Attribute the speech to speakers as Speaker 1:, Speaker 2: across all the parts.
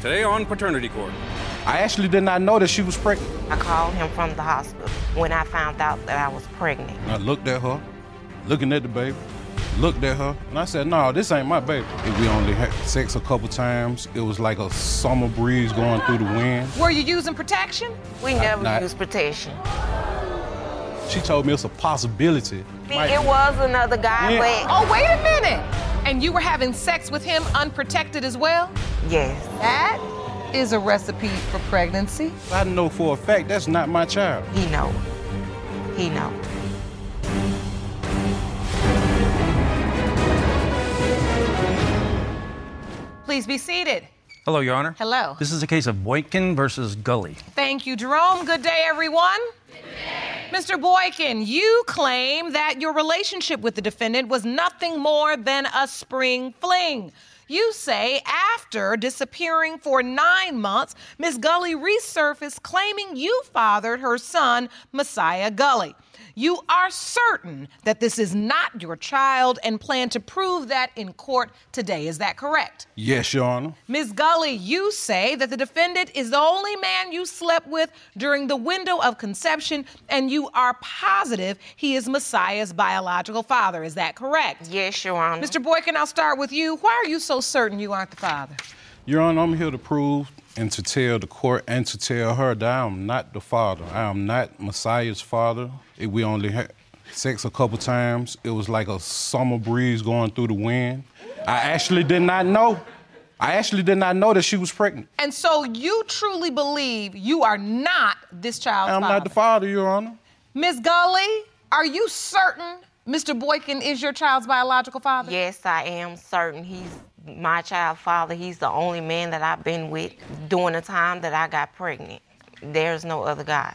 Speaker 1: Today on Paternity Court.
Speaker 2: I actually did not know that she was pregnant.
Speaker 3: I called him from the hospital when I found out that I was pregnant.
Speaker 2: I looked at her, looking at the baby, looked at her, and I said, "No, this ain't my baby." And we only had sex a couple times. It was like a summer breeze going through the wind.
Speaker 4: Were you using protection?
Speaker 3: We never
Speaker 2: Uh, not-
Speaker 3: used protection.
Speaker 2: She told me it's a possibility. Might
Speaker 3: it
Speaker 2: be.
Speaker 3: was another guy,
Speaker 2: Yeah.
Speaker 4: Oh, wait a minute! And you were having sex with him unprotected as well?
Speaker 3: but yes,
Speaker 4: That is a recipe for pregnancy.
Speaker 2: I know for a fact that's not my child.
Speaker 3: he know. He know.
Speaker 4: Please be seated.
Speaker 1: Hello, Your Honor.
Speaker 4: Hello.
Speaker 1: This is a case of Boykin versus Gully.
Speaker 4: Thank you, Jerome. Good day, everyone. Mr. Boykin, you claim that your relationship with the defendant was nothing more than a spring fling. You say after disappearing for nine months, Miss Gully resurfaced claiming you fathered her son, Messiah Gully. You are certain that this is not your child and plan to prove that in court today. Is that correct?
Speaker 2: Yes, Your Honor.
Speaker 4: Ms. Gully, you say that the defendant is the only man you slept with during the window of conception, and you are positive he is Messiah's biological father. Is that correct?
Speaker 3: Yes, Your Honor.
Speaker 4: Mr. Boykin, I'll start with you. Why are you so certain you aren't the father?
Speaker 2: Your Honor, I'm here to prove and to tell the court and to tell her that I am not the father. I am not Messiah's father. If we only had sex a couple times, it was like a summer breeze going through the wind. I actually did not know. I actually did not know that she was pregnant.
Speaker 4: And so you truly believe you are not this child's
Speaker 2: I'm
Speaker 4: father.
Speaker 2: not the father, Your Honor.
Speaker 4: Ms. Gully, are you certain Mr. Boykin is your child's biological father?
Speaker 3: yes, I am certain he's my child father. He's the only man that I've been with during the time that I got pregnant. There's no other guy.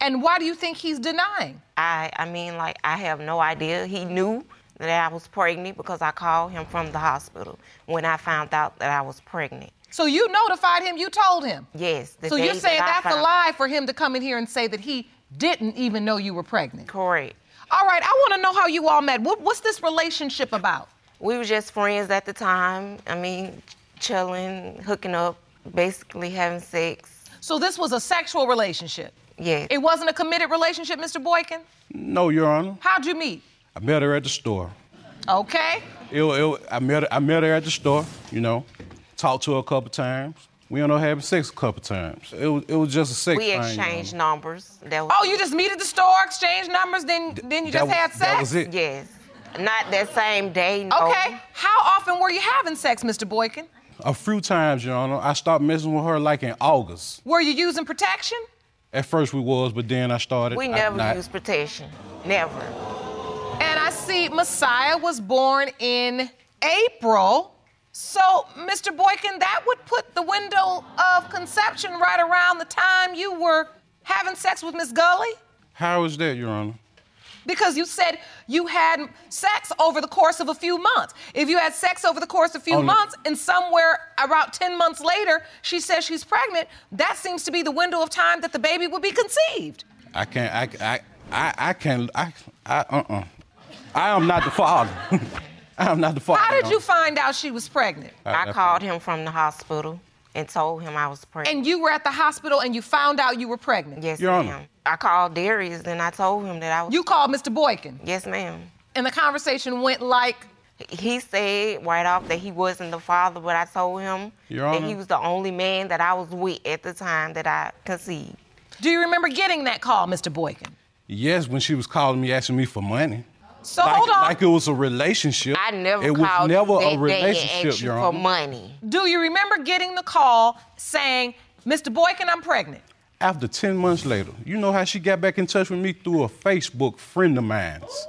Speaker 4: And why do you think he's denying?
Speaker 3: I I mean like I have no idea. He knew that I was pregnant because I called him from the hospital when I found out that I was pregnant.
Speaker 4: So you notified him, you told him.
Speaker 3: Yes. the
Speaker 4: So
Speaker 3: day
Speaker 4: you're
Speaker 3: that
Speaker 4: saying
Speaker 3: I
Speaker 4: that's a
Speaker 3: found-
Speaker 4: lie for him to come in here and say that he didn't even know you were pregnant.
Speaker 3: Correct.
Speaker 4: All right, I want to know how you all met. What, what's this relationship about?
Speaker 3: We were just friends at the time. I mean, chilling, hooking up, basically having sex.
Speaker 4: So this was a sexual relationship.
Speaker 3: Yeah.
Speaker 4: It wasn't a committed relationship, Mr. Boykin.
Speaker 2: No, Your Honor.
Speaker 4: How'd you meet?
Speaker 2: I met her at the store.
Speaker 4: Okay.
Speaker 2: It, it, I, met her, I met her at the store, you know, talked to her a couple times. We ended up having sex a couple times. It was, it was just a sex
Speaker 3: we
Speaker 2: thing, Your
Speaker 3: exchanged
Speaker 2: Honor.
Speaker 3: numbers. That was,
Speaker 4: Oh, you just meet at the store, exchange numbers, then then you
Speaker 2: That
Speaker 4: just
Speaker 2: was-
Speaker 4: had sex.
Speaker 2: That was it.
Speaker 3: Yes. Not that same day. No.
Speaker 4: Okay. How often were you having sex, Mr. Boykin?
Speaker 2: A few times, Your Honor. I stopped messing with her like in August.
Speaker 4: Were you using protection?
Speaker 2: At first we was, but then I started.
Speaker 3: We
Speaker 2: I-
Speaker 3: never
Speaker 2: not-
Speaker 3: used protection. Never.
Speaker 4: And I see Messiah was born in April. So, Mr. Boykin, that would put the window of conception right around the time you were having sex with Miss Gully?
Speaker 2: How is that, Your Honor?
Speaker 4: Because you said you had sex over the course of a few months. If you had sex over the course of a few
Speaker 2: Oh, no.
Speaker 4: months, and somewhere about 10 months later, she says she's pregnant, that seems to be the window of time that the baby would be conceived.
Speaker 2: I can't. I. I. I, I can't. I. I. Uh. uh I am not the father. I am not the father.
Speaker 4: How did
Speaker 2: Your
Speaker 4: you find out she was pregnant?
Speaker 3: I called him from the hospital and told him I was pregnant.
Speaker 4: and you were at the hospital and you found out you were pregnant.
Speaker 3: yes,
Speaker 2: Your
Speaker 3: ma'am.
Speaker 2: Honor.
Speaker 3: I called Darius and I told him that I was.
Speaker 4: You called Mr. Boykin,
Speaker 3: yes, ma'am.
Speaker 4: and the conversation went like,
Speaker 3: He said right off that he wasn't the father, but I told him
Speaker 2: Your
Speaker 3: that
Speaker 2: Honor.
Speaker 3: he was the only man that I was with at the time that I conceived.
Speaker 4: Do you remember getting that call, Mr. Boykin?
Speaker 2: Yes, when she was calling me, asking me for money.
Speaker 4: So
Speaker 2: like,
Speaker 4: hold on.
Speaker 2: Like it was a relationship.
Speaker 3: I never
Speaker 2: It was
Speaker 3: called
Speaker 2: never
Speaker 3: you that
Speaker 2: a
Speaker 3: day and
Speaker 2: relationship,
Speaker 3: asked you
Speaker 2: Your
Speaker 3: for
Speaker 2: Honor.
Speaker 3: money.
Speaker 4: Do you remember getting the call saying, Mr. Boykin, I'm pregnant?
Speaker 2: After 10 months later, you know how she got back in touch with me through a Facebook friend of mine's.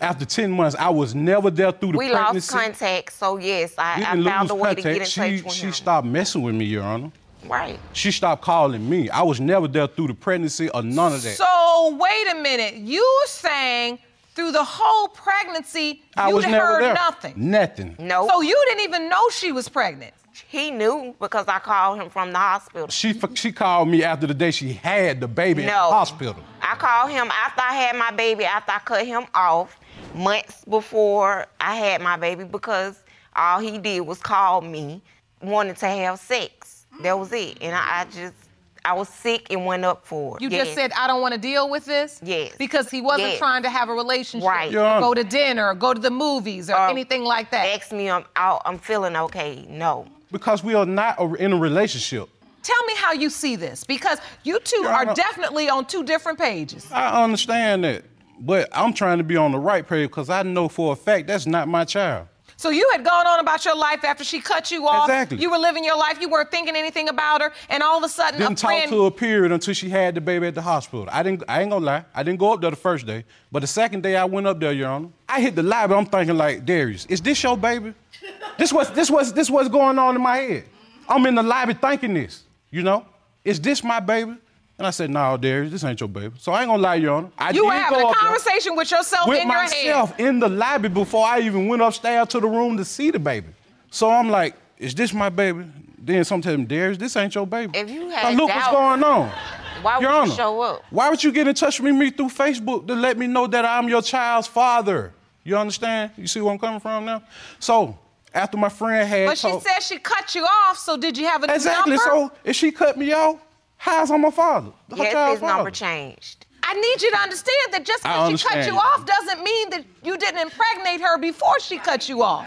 Speaker 2: After 10 months, I was never there through the
Speaker 3: We lost
Speaker 2: pregnancy.
Speaker 3: contact, so yes, I,
Speaker 2: We
Speaker 3: I
Speaker 2: didn't
Speaker 3: found
Speaker 2: lose
Speaker 3: a way to get in
Speaker 2: contact.
Speaker 3: touch with
Speaker 2: she,
Speaker 3: him.
Speaker 2: She stopped messing with me, Your Honor.
Speaker 3: Right.
Speaker 2: She stopped calling me. I was never there through the pregnancy or none of that.
Speaker 4: So wait a minute. You were saying through the whole pregnancy
Speaker 2: I
Speaker 4: you
Speaker 2: was
Speaker 4: had
Speaker 2: never
Speaker 4: heard
Speaker 2: there.
Speaker 4: nothing.
Speaker 2: Nothing.
Speaker 3: No,
Speaker 4: So you didn't even know she was pregnant.
Speaker 3: he knew because I called him from the hospital.
Speaker 2: She f- she called me after the day she had the baby in the
Speaker 3: No.
Speaker 2: hospital.
Speaker 3: I called him after I had my baby, after I cut him off, months before I had my baby, because all he did was call me, wanted to have sex. That was it. And I, I just, I was sick and went up for it.
Speaker 4: You
Speaker 3: Yes.
Speaker 4: just said I don't want to deal with this.
Speaker 3: Yes.
Speaker 4: Because he wasn't
Speaker 3: Yes.
Speaker 4: trying to have a relationship.
Speaker 3: Right.
Speaker 2: Your Honor.
Speaker 4: Go to dinner, or go to the movies, or
Speaker 3: Um,
Speaker 4: anything like that.
Speaker 3: ask me, I'm, out, I'm feeling okay. No.
Speaker 2: Because we are not a- in a relationship.
Speaker 4: Tell me how you see this, because you two
Speaker 2: Your
Speaker 4: are
Speaker 2: Honor.
Speaker 4: definitely on two different pages.
Speaker 2: I understand that. But I'm trying to be on the right page because I know for a fact that's not my child.
Speaker 4: So you had gone on about your life after she cut you off.
Speaker 2: Exactly.
Speaker 4: You were living your life. You weren't thinking anything about her, and all of a sudden,
Speaker 2: Didn't
Speaker 4: a
Speaker 2: talk
Speaker 4: friend.
Speaker 2: to her period until she had the baby at the hospital. I didn't I ain't gonna lie. I didn't go up there the first day. But the second day I went up there, Your Honor. I hit the library, I'm thinking like, Darius, is this your baby? this was this was this what's going on in my head. I'm in the library thinking this, you know? Is this my baby? And I said, No, Darius, this ain't your baby. So I ain't gonna lie, Your Honor. I
Speaker 4: you were
Speaker 2: did
Speaker 4: having
Speaker 2: go
Speaker 4: a
Speaker 2: up there
Speaker 4: conversation with yourself
Speaker 2: with
Speaker 4: in your head.
Speaker 2: myself in the lobby before I even went upstairs to the room to see the baby. So I'm like, is this my baby? Then some tell me, Darius, this ain't your baby.
Speaker 3: If you
Speaker 2: now
Speaker 3: had
Speaker 2: look what's
Speaker 3: doubt,
Speaker 2: going on.
Speaker 3: Why
Speaker 2: Your
Speaker 3: would
Speaker 2: Honor,
Speaker 3: you show up?
Speaker 2: why would you get in touch with me through Facebook to let me know that I'm your child's father? You understand? You see where I'm coming from now? So after my friend had
Speaker 4: But she
Speaker 2: told-
Speaker 4: said she cut you off. So did you have a new
Speaker 2: exactly.
Speaker 4: number?
Speaker 2: So if she cut me off, how's I'm my father? Her
Speaker 3: Yes,
Speaker 2: child's
Speaker 3: his number
Speaker 2: father.
Speaker 3: changed.
Speaker 4: I need you to understand that just
Speaker 2: I
Speaker 4: because she cut
Speaker 2: understand
Speaker 4: you
Speaker 2: you.
Speaker 4: off doesn't mean that you didn't impregnate her before she cut you off.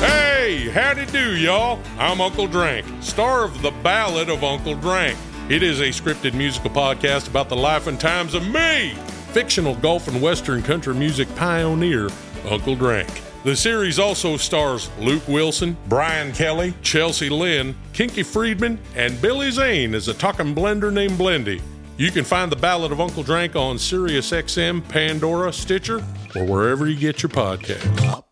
Speaker 5: Hey, howdy do, y'all. I'm Uncle Drank, star of The Ballad of Uncle Drank. It is a scripted musical podcast about the life and times of me, fictional golf and western country music pioneer, Uncle Drank. The series also stars Luke Wilson, Brian Kelly, Chelsea Lynn, Kinky Friedman, and Billy Zane as a talking blender named Blendy. You can find The Ballad of Uncle Drank on SiriusXM, Pandora, Stitcher, or wherever you get your podcasts.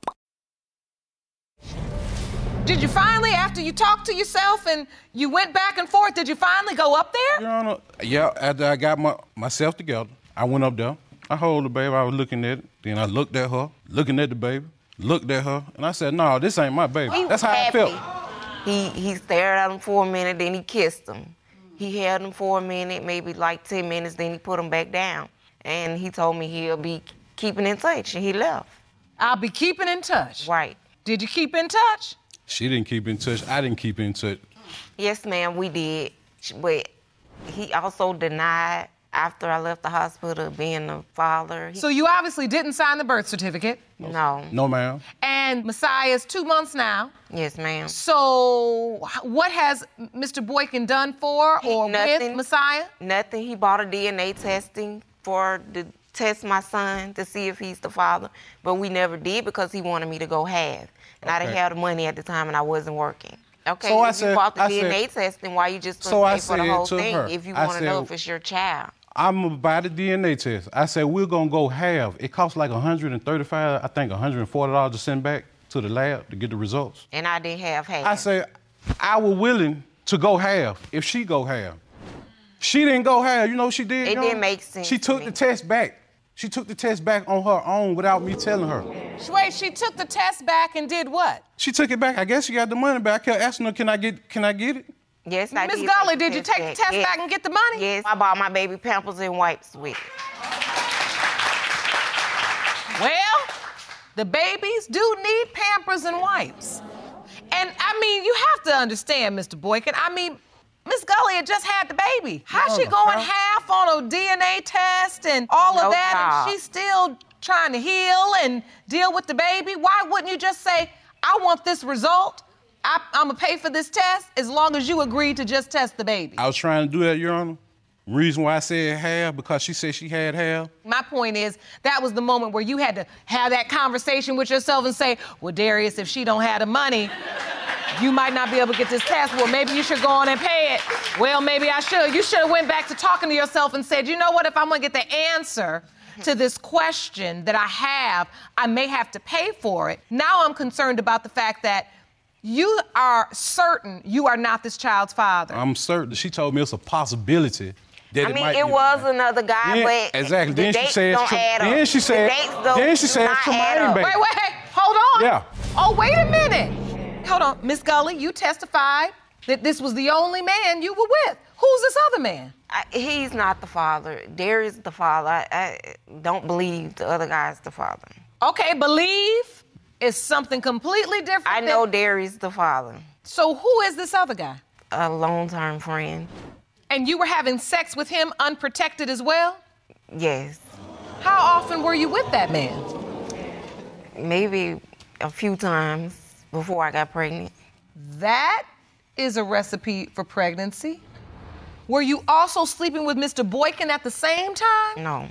Speaker 4: Did you finally, after you talked to yourself and you went back and forth, did you finally go up there?
Speaker 2: Your Honor, yeah, after I got my, myself together, I went up there. I hold the baby. I was looking at it. Then I looked at her, looking at the baby, looked at her, and I said, "No, this ain't my baby."
Speaker 3: He
Speaker 2: That's how
Speaker 3: was happy.
Speaker 2: I felt.
Speaker 3: He he stared at him for a minute, then he kissed him. He held him for a minute, maybe like ten minutes, then he put him back down. And he told me he'll be keeping in touch, and he left.
Speaker 4: I'll be keeping in touch.
Speaker 3: Right.
Speaker 4: Did you keep in touch?
Speaker 2: She didn't keep in touch. I didn't keep in touch.
Speaker 3: Yes, ma'am, we did. But he also denied after I left the hospital being a father. He-
Speaker 4: So you obviously didn't sign the birth certificate.
Speaker 3: no.
Speaker 2: No, ma'am.
Speaker 4: And Messiah's two months now.
Speaker 3: Yes, ma'am.
Speaker 4: So h- what has Mr. Boykin done for or with
Speaker 3: Nothing.
Speaker 4: Messiah?
Speaker 3: Nothing. He bought a DNA testing for to test my son to see if he's the father, but we never did because he wanted me to go half, and I didn't
Speaker 2: Okay.
Speaker 3: have the money at the time, and I wasn't working. Okay,
Speaker 2: So I
Speaker 3: if
Speaker 2: said-
Speaker 3: you bought the
Speaker 2: I said-
Speaker 3: DNA testing, why you just
Speaker 2: So
Speaker 3: so
Speaker 2: I
Speaker 3: pay for the
Speaker 2: said
Speaker 3: whole
Speaker 2: to
Speaker 3: thing
Speaker 2: her,
Speaker 3: if you
Speaker 2: I
Speaker 3: want to know
Speaker 2: said-
Speaker 3: if it's your child?
Speaker 2: I'm about the DNA test. I said we're gonna go half. It costs like 135, I think 140 dollars to send back to the lab to get the results.
Speaker 3: And I didn't have half.
Speaker 2: I said I was willing to go half if she go half. She didn't go half. You know what she did?
Speaker 3: It
Speaker 2: Your
Speaker 3: didn't
Speaker 2: Honor?
Speaker 3: make sense
Speaker 2: She
Speaker 3: to
Speaker 2: took
Speaker 3: me.
Speaker 2: the test back. She took the test back on her own without me telling her.
Speaker 4: Wait, she took the test back and did what?
Speaker 2: She took it back. I guess she got the money back. I kept asking her, "Can I get? Can I get it?"
Speaker 3: yes, I
Speaker 4: Miss
Speaker 3: did.
Speaker 4: Gully,
Speaker 3: the
Speaker 4: did you take the test
Speaker 3: Yes.
Speaker 4: back and get the money?
Speaker 3: Yes, I bought my baby Pampers and wipes with. it.
Speaker 4: Well, the babies do need pampers and wipes. And I mean, you have to understand, Mr. Boykin. I mean, Miss Gully had just had the baby. How's she
Speaker 2: No,
Speaker 4: going
Speaker 2: no.
Speaker 4: half on a DNA test and all
Speaker 3: No
Speaker 4: of that,
Speaker 3: job.
Speaker 4: and she's still trying to heal and deal with the baby? Why wouldn't you just say, I want this result? I, I'm gonna pay for this test as long as you agree to just test the baby.
Speaker 2: I was trying to do that, Your Honor. Reason why I said half, because she said she had half.
Speaker 4: My point is that was the moment where you had to have that conversation with yourself and say, "Well, Darius, if she don't have the money, you might not be able to get this test. Well, maybe you should go on and pay it. Well, maybe I should. You should have went back to talking to yourself and said, "You know what? If I'm going to get the answer to this question that I have, I may have to pay for it." Now I'm concerned about the fact that you are certain you are not this child's father.
Speaker 2: I'm certain she told me it's a possibility. That
Speaker 3: I mean,
Speaker 2: might
Speaker 3: it
Speaker 2: be-
Speaker 3: was another guy,
Speaker 2: Yeah,
Speaker 3: but
Speaker 2: exactly.
Speaker 3: the
Speaker 2: Then she
Speaker 3: dates
Speaker 2: said,
Speaker 3: don't
Speaker 2: Tra-
Speaker 3: add up.
Speaker 2: then she said,
Speaker 3: the dates don't,
Speaker 2: then she
Speaker 3: do
Speaker 2: said,
Speaker 3: not add
Speaker 2: Tremaine,
Speaker 3: up.
Speaker 2: baby.
Speaker 4: Wait, wait, hold on.
Speaker 2: Yeah.
Speaker 4: Oh, wait a minute. Hold on. Miss Gully, you testified that this was the only man you were with. Who's this other man?
Speaker 3: I, he's not the father. Darius the father. I, I don't believe the other guy's the father.
Speaker 4: Okay, believe is something completely different.
Speaker 3: I
Speaker 4: than-
Speaker 3: know Darius the father.
Speaker 4: So who is this other guy?
Speaker 3: A long-term friend.
Speaker 4: And you were having sex with him unprotected as well?
Speaker 3: Yes,
Speaker 4: How often were you with that man?
Speaker 3: maybe a few times before I got pregnant.
Speaker 4: That is a recipe for pregnancy. Were you also sleeping with Mr. Boykin at the same time?
Speaker 3: No,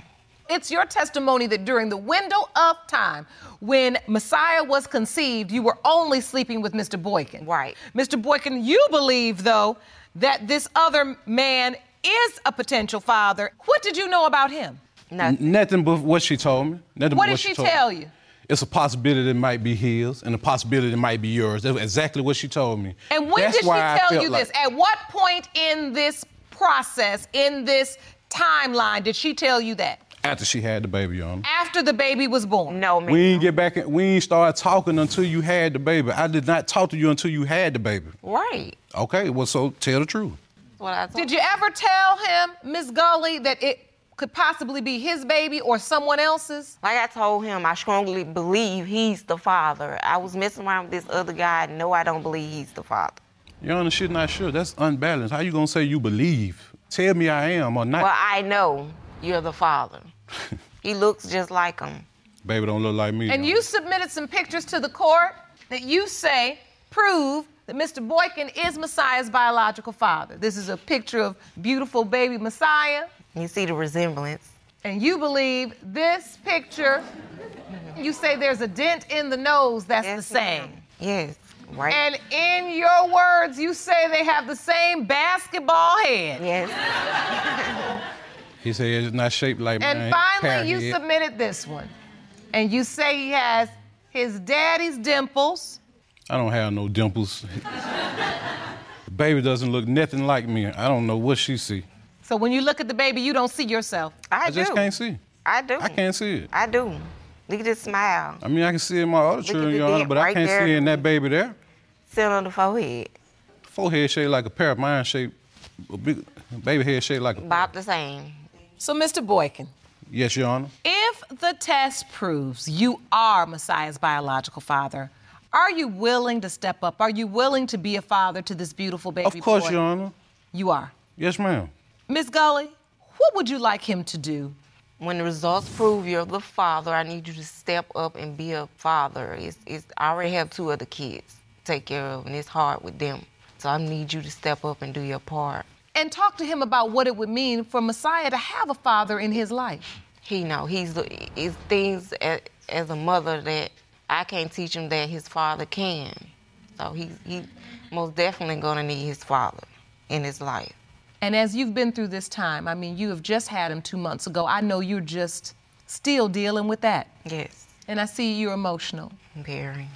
Speaker 4: It's your testimony that during the window of time when Messiah was conceived, you were only sleeping with Mr. Boykin.
Speaker 3: Right.
Speaker 4: Mr. Boykin, you believe, though, that this other man is a potential father. What did you know about him?
Speaker 3: nothing.
Speaker 2: Nothing but what she told me. Nothing
Speaker 4: What
Speaker 2: but
Speaker 4: did
Speaker 2: what
Speaker 4: she
Speaker 2: told me.
Speaker 4: tell you?
Speaker 2: It's a possibility it might be his, and a possibility it might be yours. That's exactly what she told me.
Speaker 4: And when
Speaker 2: That's
Speaker 4: did she
Speaker 2: why I
Speaker 4: tell
Speaker 2: felt
Speaker 4: you
Speaker 2: like-
Speaker 4: this? At what point in this process, in this timeline, did she tell you that?
Speaker 2: After she had the baby on.
Speaker 4: After the baby was born?
Speaker 3: No, ma'am.
Speaker 2: We ain't get back. In, we ain't start talking until you had the baby. I did not talk to you until you had the baby.
Speaker 3: Right.
Speaker 2: Okay. Well, so tell the truth.
Speaker 3: That's what I told
Speaker 4: Did you ever tell him, Miss Gully, that it could possibly be his baby or someone else's?
Speaker 3: Like I told him, I strongly believe he's the father. I was messing around with this other guy. No, I don't believe he's the father.
Speaker 2: Your Honor, shit, not sure. That's unbalanced. How you gonna say you believe? Tell me I am or not.
Speaker 3: Well, I know you're the father. he looks just like him.
Speaker 2: baby don't look like me.
Speaker 4: And
Speaker 2: Your
Speaker 4: you submitted some pictures to the court that you say prove that Mr. Boykin is Messiah's biological father. This is a picture of beautiful baby Messiah,
Speaker 3: You see the resemblance.
Speaker 4: and you believe this picture. You say there's a dent in the nose that's
Speaker 3: Yes,
Speaker 4: the same.
Speaker 3: ma'am. Yes, right.
Speaker 4: And in your words, you say they have the same basketball head.
Speaker 3: yes,
Speaker 2: Honor. He said it's not shaped like
Speaker 4: And
Speaker 2: mine.
Speaker 4: finally, you
Speaker 2: Parrot head.
Speaker 4: submitted this one. And you say he has his daddy's dimples.
Speaker 2: I don't have no dimples. baby doesn't look nothing like me. I don't know what she see.
Speaker 4: So when you look at the baby, you don't see yourself.
Speaker 3: I,
Speaker 2: I
Speaker 3: do. Oh.
Speaker 2: just can't see.
Speaker 3: I do.
Speaker 2: I can't see it.
Speaker 3: I do. Look at this smile.
Speaker 2: I mean, I can see it in my other
Speaker 3: at
Speaker 2: children,
Speaker 3: the
Speaker 2: Your Honor,
Speaker 3: dent
Speaker 2: but I
Speaker 3: right
Speaker 2: can't
Speaker 3: there.
Speaker 2: see it in that baby there.
Speaker 3: Sit on the forehead.
Speaker 2: Forehead shaped like a pair of mine shaped, a big baby head shaped like a.
Speaker 3: Bob the same.
Speaker 4: So, Mr. Boykin,
Speaker 2: Yes, Your Honor.
Speaker 4: if the test proves you are Messiah's biological father, are you willing to step up? Are you willing to be a father to this beautiful baby?
Speaker 2: Of course,
Speaker 4: boy?
Speaker 2: Your Honor.
Speaker 4: You are.
Speaker 2: Yes, ma'am.
Speaker 4: Miss Gully, what would you like him to do?
Speaker 3: When the results prove you're the father, I need you to step up and be a father. It's, it's, I already have two other kids to take care of, and it's hard with them. So I need you to step up and do your part.
Speaker 4: And talk to him about what it would mean for Messiah to have a father in his life.
Speaker 3: He know he's the, it's things as, as a mother that I can't teach him that his father can. So he he most definitely gonna need his father in his life.
Speaker 4: And as you've been through this time, I mean, you have just had him two months ago. I know you're just still dealing with that.
Speaker 3: Yes,
Speaker 4: And I see you're emotional.
Speaker 3: very.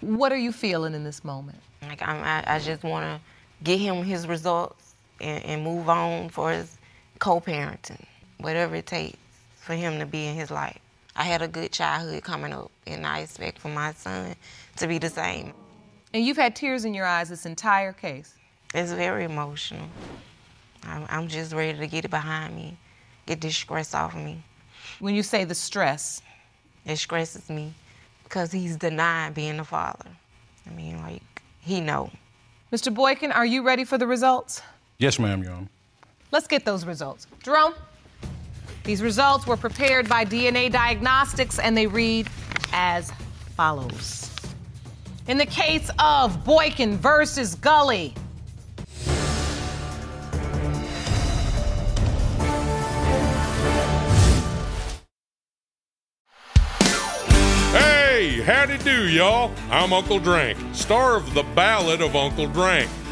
Speaker 4: What are you feeling in this moment?
Speaker 3: Like I'm, I, I just want to get him his results and, and move on for his co-parenting, whatever it takes for him to be in his life. I had a good childhood coming up, and I expect for my son to be the same.
Speaker 4: And you've had tears in your eyes this entire case.
Speaker 3: It's very emotional. I'm, I'm just ready to get it behind me, get this stress off me.
Speaker 4: When you say the stress,
Speaker 3: It stresses me because he's denying being a father. I mean, like he know.
Speaker 4: Mr. Boykin, are you ready for the results?
Speaker 2: Yes, ma'am, Your Honor.
Speaker 4: Let's get those results. Jerome, these results were prepared by DNA Diagnostics and they read as follows. In the case of Boykin versus Gully,
Speaker 5: you, y'all. I'm Uncle Drank, star of The Ballad of Uncle Drank.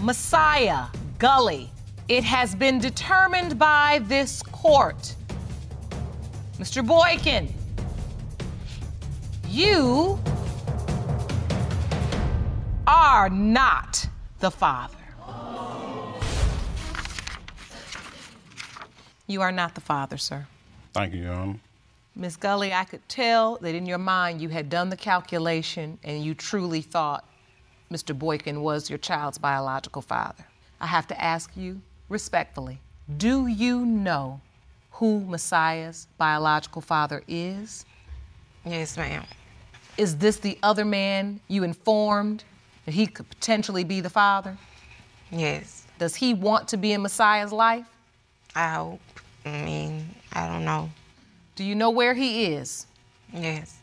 Speaker 4: Messiah Gully, it has been determined by this court. Mr. Boykin, you are not the father. You are not the father, sir.
Speaker 2: Thank you, Your Honor.
Speaker 4: Miss Gully, I could tell that in your mind you had done the calculation and you truly thought Mr. Boykin was your child's biological father. I have to ask you respectfully do you know who Messiah's biological father is?
Speaker 3: Yes, ma'am.
Speaker 4: Is this the other man you informed that he could potentially be the father?
Speaker 3: Yes.
Speaker 4: Does he want to be in Messiah's life?
Speaker 3: I hope. I mean, I don't know.
Speaker 4: Do you know where he is?
Speaker 3: Yes.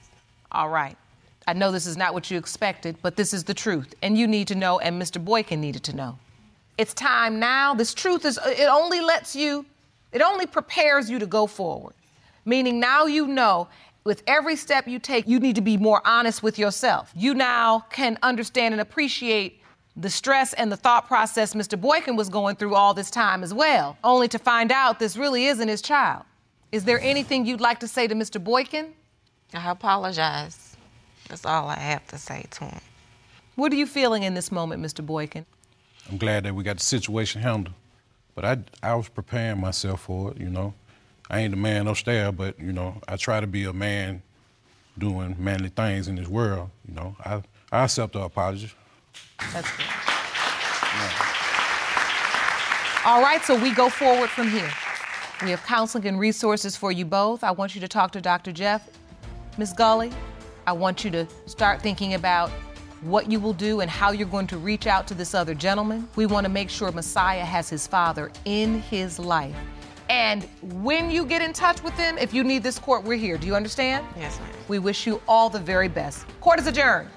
Speaker 4: All right. I know this is not what you expected, but this is the truth, and you need to know, and Mr. Boykin needed to know. It's time now. This truth is, uh, it only lets you, it only prepares you to go forward. Meaning now you know with every step you take, you need to be more honest with yourself. You now can understand and appreciate the stress and the thought process Mr. Boykin was going through all this time as well, only to find out this really isn't his child. Is there anything you'd like to say to Mr. Boykin?
Speaker 3: I apologize. That's all I have to say to him.
Speaker 4: What are you feeling in this moment, Mr. Boykin?
Speaker 2: I'm glad that we got the situation handled. But I, I was preparing myself for it, you know. I ain't a man upstairs, but, you know, I try to be a man doing manly things in this world, you know. I, I accept the apology.
Speaker 4: That's good. All right, so we go forward from here. We have counseling and resources for you both. I want you to talk to Dr. Jeff. Ms. Gully, I want you to start thinking about what you will do and how you're going to reach out to this other gentleman. We want to make sure Messiah has his father in his life. And when you get in touch with them, if you need this court, we're here. Do you understand?
Speaker 3: Yes, ma'am.
Speaker 4: We wish you all the very best. Court is adjourned.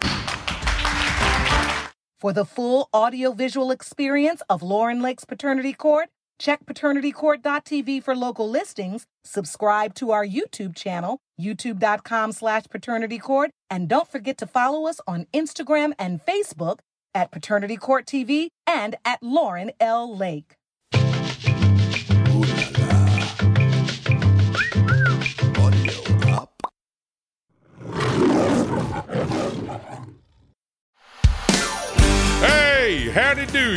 Speaker 6: For the full audiovisual experience of Lauren Lake's Paternity Court, check paternitycourt.tv for local listings, subscribe to our YouTube channel, youtube.com slash paternitycourt, and don't forget to follow us on Instagram and Facebook at Paternity Court TV and at Lauren L. Lake.
Speaker 5: Hey, howdy do,